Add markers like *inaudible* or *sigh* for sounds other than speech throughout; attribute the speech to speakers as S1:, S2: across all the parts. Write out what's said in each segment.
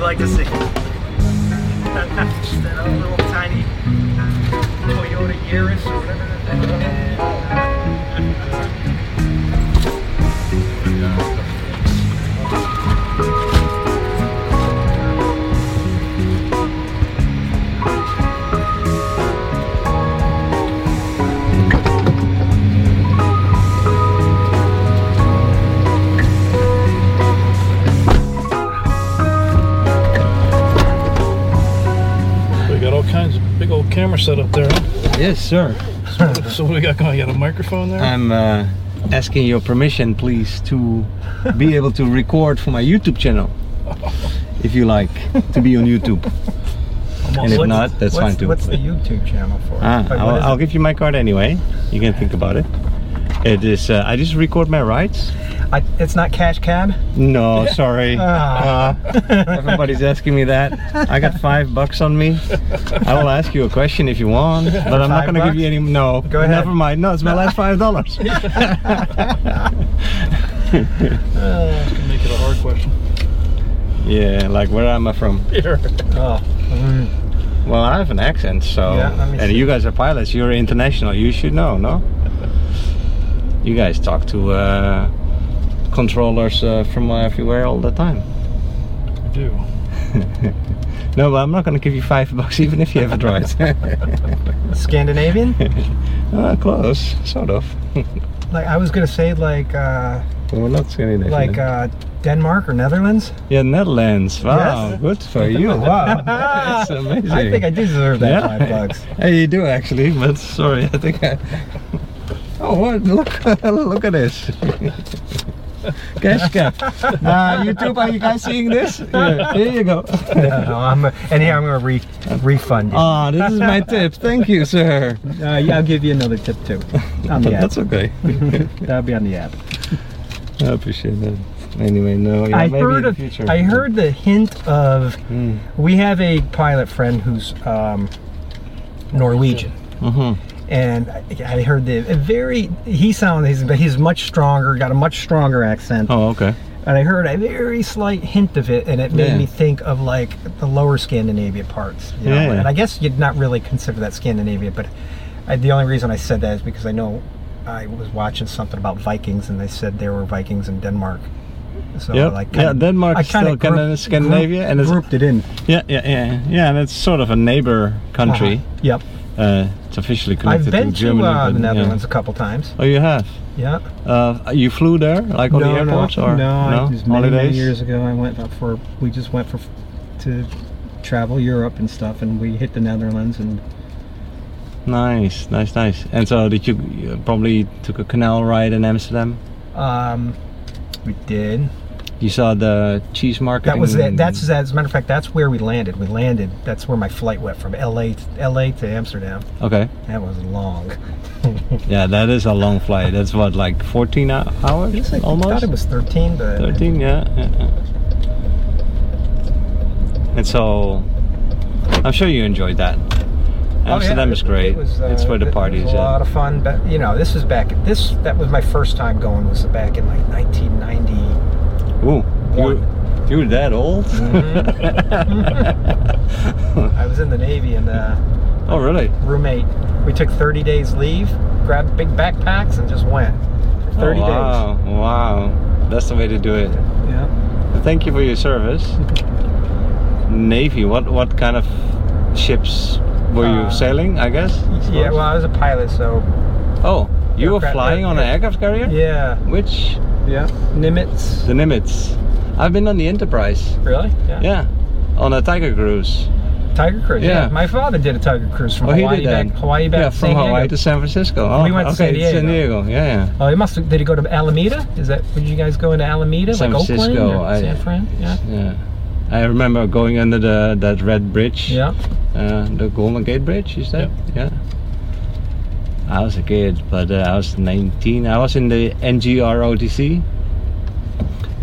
S1: like to see. *laughs* that other little tiny Toyota Yaris or whatever that thing is.
S2: We got all kinds of big old camera set up there. *laughs* huh?
S3: Yes, sir.
S2: So what do we got going? You got a microphone there?
S3: I'm uh, asking your permission, please, to be able to record for my YouTube channel. If you like to be on
S1: *laughs*
S3: YouTube. And if
S1: What's-
S3: not, that's
S1: what's-
S3: fine too.
S1: What's the YouTube channel for?
S3: Ah,
S1: Like, what
S3: I'll,
S1: is
S3: I'll
S1: it?
S3: give you my card anyway. You can think about it. It is. Uh, I just record my rides.
S1: I, it's not Cash Cab.
S3: No, sorry.
S1: *laughs* Ah.
S3: Uh, *laughs* everybody's asking me that. I got five bucks on me. I will ask you a question if you want, but
S1: Five
S3: I'm not going to give
S1: bucks?
S3: you any. No,
S1: Go ahead.
S3: Never mind. No, it's my last
S1: *laughs*
S3: five dollars.
S2: Can make it a hard *laughs* question.
S3: yeah, like where am I from?
S2: Here.
S1: Oh, mm.
S3: Well, I have an accent, so
S1: Yeah, let me
S3: and
S1: see.
S3: you guys are pilots. You're international. You should know, no? you guys talk to uh, controllers uh, from everywhere all the time.
S2: I do.
S3: No, but I'm not going to give you five bucks, *laughs* even if you have
S1: *laughs*
S3: it right. *laughs*
S1: Scandinavian.
S3: uh, close, sort of.
S1: like I was gonna say, like uh,
S3: But we're not saying anything.
S1: like uh, Denmark or Netherlands.
S3: yeah, Netherlands. Wow,
S1: Yes.
S3: good for you.
S1: *laughs*
S3: Wow, that's amazing.
S1: I think I do deserve that
S3: Yeah.
S1: five
S3: *laughs*
S1: bucks.
S3: Hey, you do actually, but sorry, I think I. *laughs* Oh, what? Look, *laughs* look at this. *laughs* Cash *laughs* cap. Uh, YouTube, are you guys seeing *laughs* this? Yeah, here you *laughs* go.
S1: No, *laughs* no, I'm and here I'm gonna re- refund you.
S3: Ah, this is my tip. Thank you, sir.
S1: Uh, yeah, I'll give you another tip
S3: *laughs*
S1: too. On the app.
S3: That's okay.
S1: That'll be on the app.
S3: I appreciate that. Anyway, no. Yeah,
S1: I
S3: maybe
S1: heard
S3: in the
S1: of,
S3: future.
S1: I heard the hint of
S3: Mm.
S1: we have a pilot friend who's um, Norwegian.
S3: Mhm.
S1: And I I heard the a very he sounds he's, he's much stronger, got a much stronger accent.
S3: Oh, okay.
S1: And I heard a very slight hint of it, and it made
S3: Yeah.
S1: me think of like the lower Scandinavia parts. You know?
S3: Yeah.
S1: And I guess you'd not really consider that Scandinavia, but I, the only reason I said that is because I know I was watching something about Vikings, and they said there were Vikings in Denmark. So
S3: Yep.
S1: like
S3: Yeah, Denmark
S1: I
S3: is
S1: kinda
S3: still Scandin-
S1: group-
S3: Scandinavia,
S1: group-
S3: and it's-
S1: grouped it in.
S3: Yeah, yeah, yeah, yeah. And it's sort of a neighbor country.
S1: Uh-huh. Yep.
S3: uh it's officially connected
S1: I've been to,
S3: to Germany.
S1: uh,
S3: but,
S1: the
S3: yeah.
S1: Netherlands a couple times.
S3: Oh, you have.
S1: Yeah.
S3: Uh, you flew there, like
S1: Oh,
S3: on the airports, or
S1: no, I- it was many,
S3: holidays?
S1: many years ago. I went up for we just went for to travel Europe and stuff, and we hit the Netherlands and
S3: Nice, nice, nice. And so, did you, you uh, probably took a canal ride in Amsterdam?
S1: um, we did. Mm.
S3: You saw the cheese market.
S1: That was
S3: in-
S1: that. That's that. As a matter of fact, that's where we landed. We landed. That's where my flight went from L.A. to, L.A. to Amsterdam.
S3: okay.
S1: That was long.
S3: Yeah, that is a long flight. That's what, like 14 hou- hours,
S1: I guess I
S3: almost.
S1: thought it was 13, but
S3: 13 yeah, yeah, yeah. and so i'm sure you enjoyed that
S1: Oh, yeah,
S3: amsterdam
S1: it-
S3: is great
S1: it was, uh,
S3: it's where the
S1: it-
S3: party
S1: It
S3: is
S1: was a lot
S3: at
S1: of fun, but you know, this is back. This that was my first time going. Was back in like 1990.
S3: Ooh, you,
S1: One.
S3: you're that old
S1: *laughs* I was in the Navy and uh,
S3: oh really
S1: roommate. We took 30 days leave, grabbed big backpacks, and just went for 30
S3: oh, wow wow that's the way to do it
S1: days. Yeah.
S3: thank you for your service
S1: *laughs*
S3: navy what what kind of ships were
S1: Uh,
S3: you sailing i guess
S1: Yeah. Well, I was a pilot, so
S3: oh you were
S1: aircraft-
S3: flying on an aircraft carrier
S1: yeah.
S3: which
S1: Yeah. Nimitz.
S3: The Nimitz. I've been on the Enterprise.
S1: Really?
S3: Yeah. On a Tiger cruise.
S1: Tiger cruise. Yeah.
S3: Yeah.
S1: My father did a tiger cruise from
S3: oh,
S1: Hawaii
S3: he did that.
S1: back Hawaii back
S3: Yeah,
S1: to
S3: from
S1: San Diego.
S3: Hawaii to San Francisco. Oh,
S1: We went to
S3: okay,
S1: San
S3: it's San Diego. Yeah,
S1: Oh, he must have. Did he go to Alameda? Is that? Did you guys go into Alameda,
S3: San
S1: like
S3: Francisco,
S1: Oakland, or
S3: I-
S1: San Fran? Yeah.
S3: yeah. Yeah. I remember going under the that red bridge.
S1: Yeah.
S3: Uh, the Golden Gate Bridge, is that? Yeah. I was a kid, but uh, I was 19. I was in the NGROTC.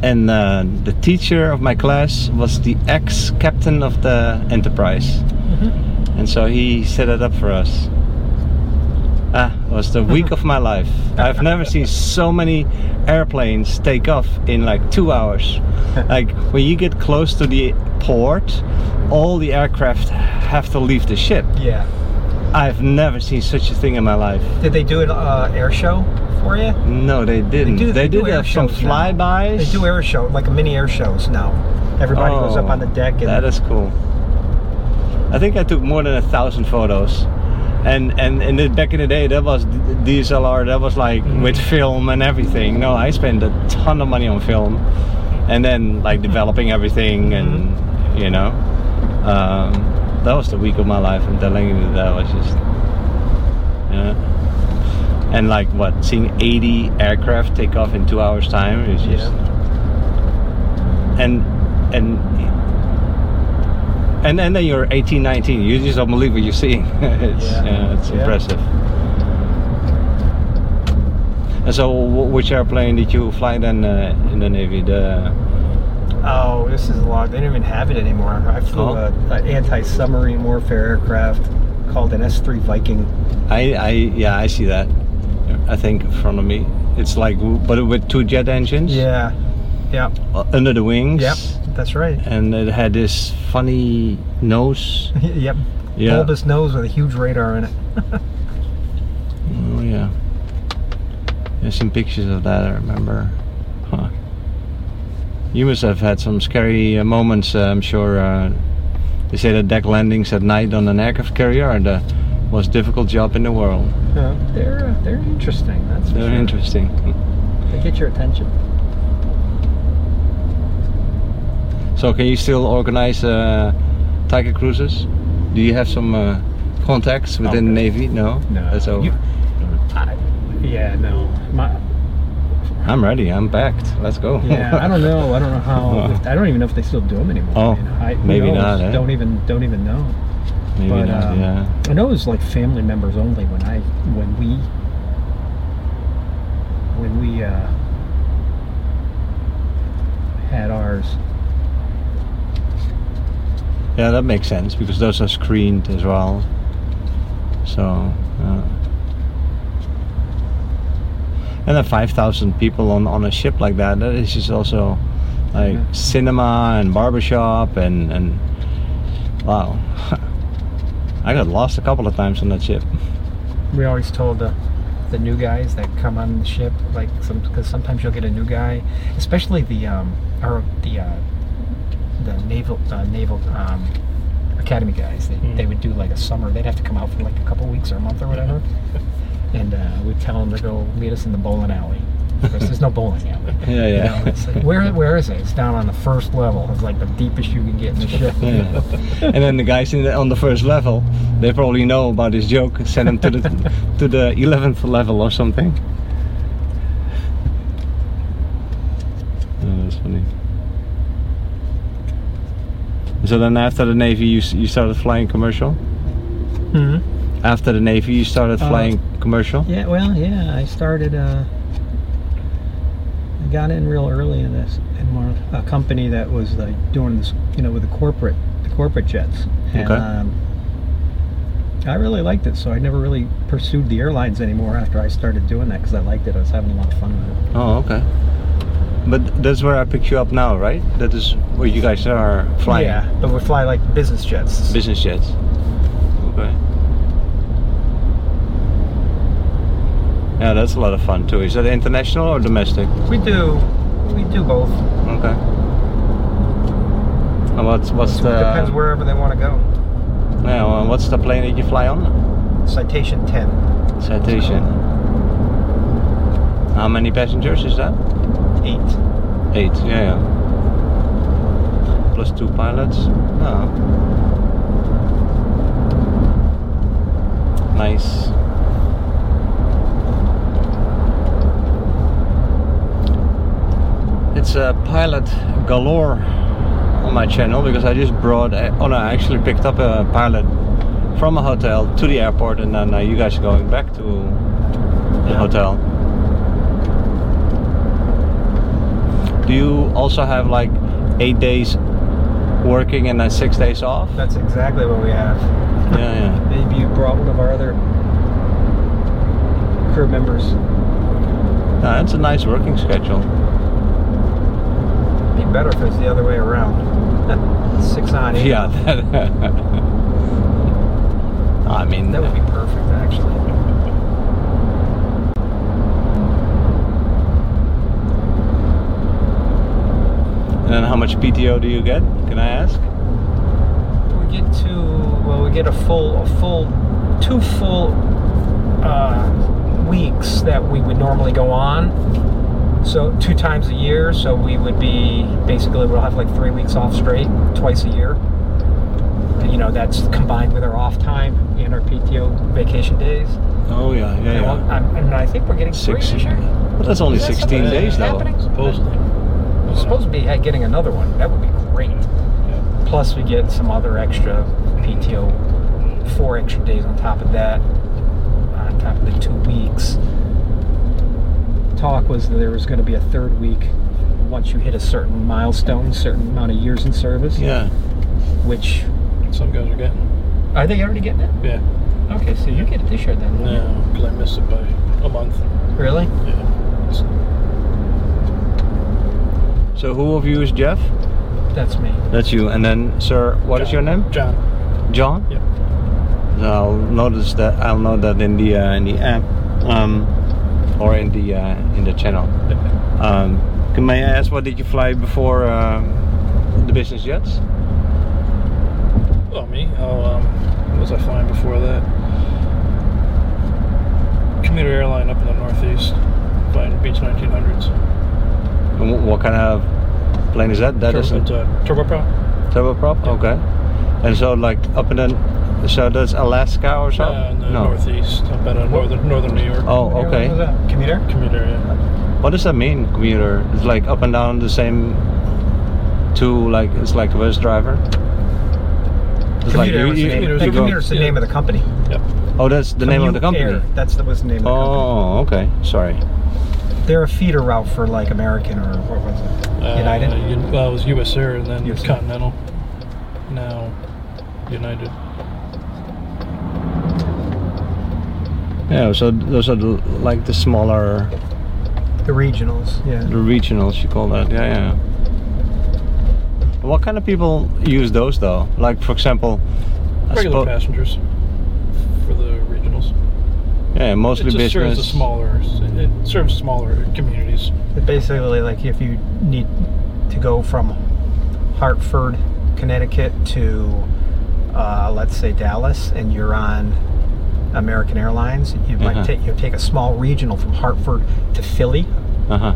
S3: And uh, the teacher of my class was the ex captain of the Enterprise.
S1: Mhm.
S3: and so he set it up for us. Ah, it was the week of my life. I've never seen so many airplanes take off in like two hours. Like when you get close to the port, all the aircraft have to leave the ship.
S1: Yeah.
S3: I've never seen such a thing in my life.
S1: Did they do an uh, air show for you?
S3: No, they didn't. They,
S1: do- they do
S3: did
S1: air
S3: have some
S1: shows now.
S3: flybys.
S1: They do air show, like mini air shows now. Everybody goes up
S3: Oh,
S1: on the deck and
S3: that is cool. I think I took more than a thousand photos. And and and then back in the day, that was d- DSLR. That was like
S1: Mm.
S3: with film and everything. No, I spent a ton of money on film, and then like developing everything, and you know, um, that was the week of my life. I'm telling you, that was just yeah. And like what, seeing 80 aircraft take off in two hours time is just and and and and then you're 18 19 you just don't believe what you're seeing *laughs* it's
S1: Yeah.
S3: yeah. it's
S1: Yeah.
S3: impressive and so wh- which airplane did you fly then uh, in the navy the
S1: oh, this is a lot. They don't even have it anymore. I flew
S3: Oh.
S1: a, an anti-submarine warfare aircraft called an S3 Viking.
S3: i i yeah i see that i think in front of me it's like but with two jet engines
S1: Yeah, yeah,
S3: uh, under the wings
S1: yep. That's right. *laughs*
S3: and it had this funny nose
S1: yep.
S3: Yeah.
S1: Bulbous nose with a huge radar in it.
S3: Oh yeah. There's some pictures of that. I remember. Huh. You must have had some scary uh, moments. Uh, I'm sure. Uh, they say that deck landings at night on an aircraft carrier are the most difficult job in the world.
S1: Yeah, they're uh, they're interesting. That's for
S3: They're
S1: sure.
S3: interesting.
S1: They get your attention.
S3: So, can you still organize uh, Tiger cruises? Do you have some uh, contacts within the
S1: Okay.
S3: Navy? No, that's over.
S1: You- I, yeah, no. My,
S3: I'm ready. I'm backed. Let's go.
S1: Yeah, I don't know. I don't know how. if- I don't even know if they still do them anymore.
S3: Oh,
S1: you know. I, who
S3: maybe
S1: knows?
S3: not, eh?
S1: Don't even don't even know.
S3: *laughs* Maybe
S1: but
S3: not.
S1: um,
S3: yeah.
S1: I know it was like family members only when I when we when we uh, had ours.
S3: Yeah, that makes sense because those are screened as well. So, uh, and then five thousand people on on a ship like that. That is just also like
S1: Yeah.
S3: cinema and barbershop and and wow. *laughs* I got lost a couple of times on that ship.
S1: We always told the the new guys that come on the ship, like some because sometimes you'll get a new guy, especially the um or the uh, the naval uh, naval um, academy guys. They,
S2: Mm.
S1: they would do like a summer. They'd have to come out for like a couple weeks or a month or whatever. and uh, we'd tell them to go meet us in the bowling alley. Of course, there's no bowling alley.
S3: Yeah,
S1: You
S3: *laughs* yeah.
S1: know, it's like, where where is it? It's down on the first level. It's like the deepest you can get in the
S3: *laughs*
S1: ship.
S3: Yeah. and then the guys in the, on the first level, they probably know about this joke. Send them to the to the eleventh level or something. Oh, that's funny. So then, after the navy, you s- you started flying commercial.
S1: Mhm.
S3: Hmm? After the navy, you started
S1: Uh,
S3: flying commercial.
S1: Yeah, well, yeah, I started, uh, I got in real early in this, in more, a company that was like doing this, you know, with the corporate, the corporate jets. And,
S3: Okay.
S1: um, I really liked it, so I never really pursued the airlines anymore after I started doing that because I liked it. I was having a lot of fun with it.
S3: Oh, okay. But that's where I picked you up now, right? That is where you guys are flying.
S1: but we fly like business jets.
S3: Business jets. Okay. Yeah, that's a lot of fun too. Is that international or domestic?
S1: we do, we do both.
S3: Okay. And what's what's the
S1: wherever they want to go.
S3: yeah, well, what's the plane that you fly on?
S1: Citation 10.
S3: Citation. How many passengers is that?
S1: Eight.
S3: Eight. Yeah. yeah. Plus two pilots. Oh. Nice. It's a pilot galore on my channel because I just brought. a- Oh no, I actually picked up a pilot from a hotel to the airport, and then uh, you guys are going back to the hotel. Do you also have like eight days working and then six days off?
S1: That's exactly what we have.
S3: Yeah, yeah.
S1: Maybe you brought one of our other crew members.
S3: No, that's a nice working schedule.
S1: Be better if it's the other way around. *laughs* Six on eight.
S3: Yeah. That, *laughs* I mean,
S1: That would be perfect, actually.
S3: and then how much PTO do you get? Can I ask?
S1: We get to well, we get a full, a full, two full uh, weeks that we would normally go on. So two times a year. So we would be basically we'll have like three weeks off straight, twice a year. And, you know that's combined with our off time and our PTO vacation days.
S3: Oh yeah, yeah,
S1: And, well, I'm- and I think we're getting
S3: Six.
S1: three this year.
S3: Well, that's only
S1: Is that
S3: 16
S1: something
S3: days
S1: that's
S3: though.
S1: happening?
S2: Supposedly.
S1: We're supposed to be uh, getting another one. That would be great.
S2: Yeah.
S1: Plus, we get some other extra PTO, four extra days on top of that, on top of the two weeks. Talk was that there was going to be a third week once you hit a certain milestone, certain amount of years in service,
S3: Yeah.
S1: which
S2: Some guys are getting.
S1: are they already getting it?
S2: Yeah.
S1: Okay, so you get it this year then. won't you?
S2: No, because I missed it by a month.
S1: Really?
S2: Yeah.
S3: So who of you is Jeff?
S1: That's me.
S3: That's you. And then, sir, what is your name?
S2: John.
S3: John.
S2: Yep.
S3: I'll notice that. I'll know that in the uh, in the app, um, or in the uh, in the channel.
S2: Yeah.
S3: Um, can may I ask what did you fly before uh, the business jets?
S2: *laughs* Oh, me? Oh, um, what was I flying before that? Commuter airline up in the Northeast, flying Beach 1900s.
S3: And wh- what kind of plane is that? That is
S2: Turbo- it's
S3: a
S2: a turboprop?
S3: turboprop.
S2: Yeah.
S3: Okay. And so, like up in the so that's Alaska or so?
S2: Uh, in the Northeast, up out of
S1: What-
S2: northern, northern New York.
S3: Oh, okay.
S1: What was that? Commuter?
S2: Commuter, yeah.
S3: What does that mean, commuter? It's like up and down the same two, like it's like a bus driver. It's like
S1: Commuter
S3: you-
S1: was the
S3: you-
S1: name-
S3: you
S1: the
S3: go-
S1: commuter's the
S2: yeah.
S1: name of the company.
S2: Yep.
S3: Oh, that's the name of the company.
S1: Commuter. That's the, was the name of the company.
S3: Oh, okay. Sorry. Oh.
S1: They're a feeder route for like American or what was it?
S2: Uh,
S1: United?
S2: Un- well, it was US Air and then
S1: US Air.
S2: Continental. Now, United.
S3: Yeah. So those are the, like the smaller,
S1: The regionals. Yeah.
S3: the regionals you call that. Yeah, yeah. What kind of people use those though? Like for example, I
S2: Regular
S3: suppo-
S2: passengers for the regionals.
S3: yeah, mostly
S2: it just serves
S3: business.
S2: the smaller, it serves smaller communities.
S1: It Basically, like if you need to go from Hartford, Connecticut to, uh, let's say Dallas, and you're on American Airlines, you
S3: Uh-huh.
S1: might take you take a small regional from Hartford to Philly
S3: Uh huh.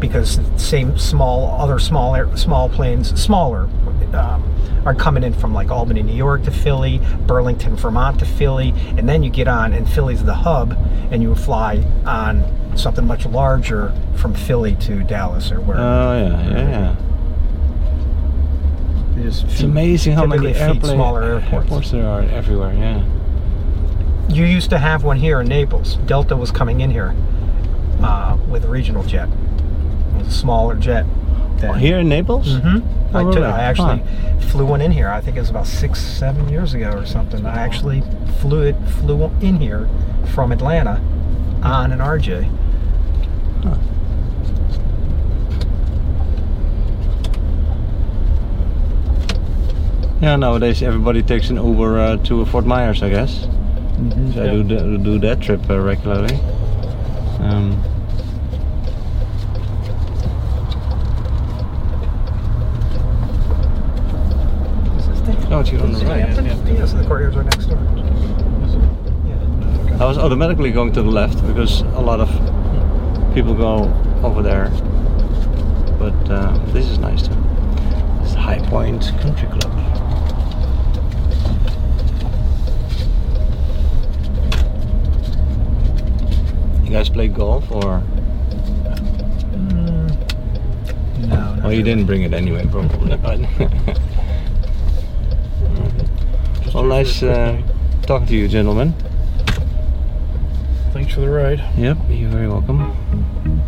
S1: because same small other smaller small planes smaller um, are coming in from like Albany, New York to Philly, Burlington, Vermont to Philly, and then you get on and Philly's the hub, and you fly on something much larger from Philly to Dallas or wherever.
S3: Oh yeah, yeah, yeah.
S1: They just
S3: It's
S1: feed-
S3: amazing how many
S1: typically feed
S3: airplane,
S1: smaller airports.
S3: airports there are everywhere. Yeah.
S1: You used to have one here in Naples. Delta was coming in here uh, with a regional jet, it was a smaller jet. than-
S3: Here in Naples?
S1: hmm
S3: Oh,
S1: I, took,
S3: really?
S1: I actually flew one in here. I think it was about six, seven years ago or something. I actually flew it, flew in here from Atlanta on an RJ.
S3: Yeah, nowadays everybody takes an Uber uh, to Fort Myers, I guess. So I do, th- do that trip uh, regularly. Um,
S1: This is the-
S3: oh, it's you on the right.
S2: yeah, yeah.
S1: Yes, the courtyards are next door. Yeah.
S3: I was automatically going to the left because a lot of people go over there. But uh, this is nice too. It's High Point Country Club. You guys play golf or?
S1: Mm, no. not
S3: Well, you
S1: really.
S3: didn't bring it anyway, probably. But *laughs*
S2: Just
S3: well,
S2: here for a
S3: nice
S2: quick
S3: uh,
S2: night.
S3: talking to you, gentlemen.
S2: Thanks for the ride.
S3: Yep, you're very welcome.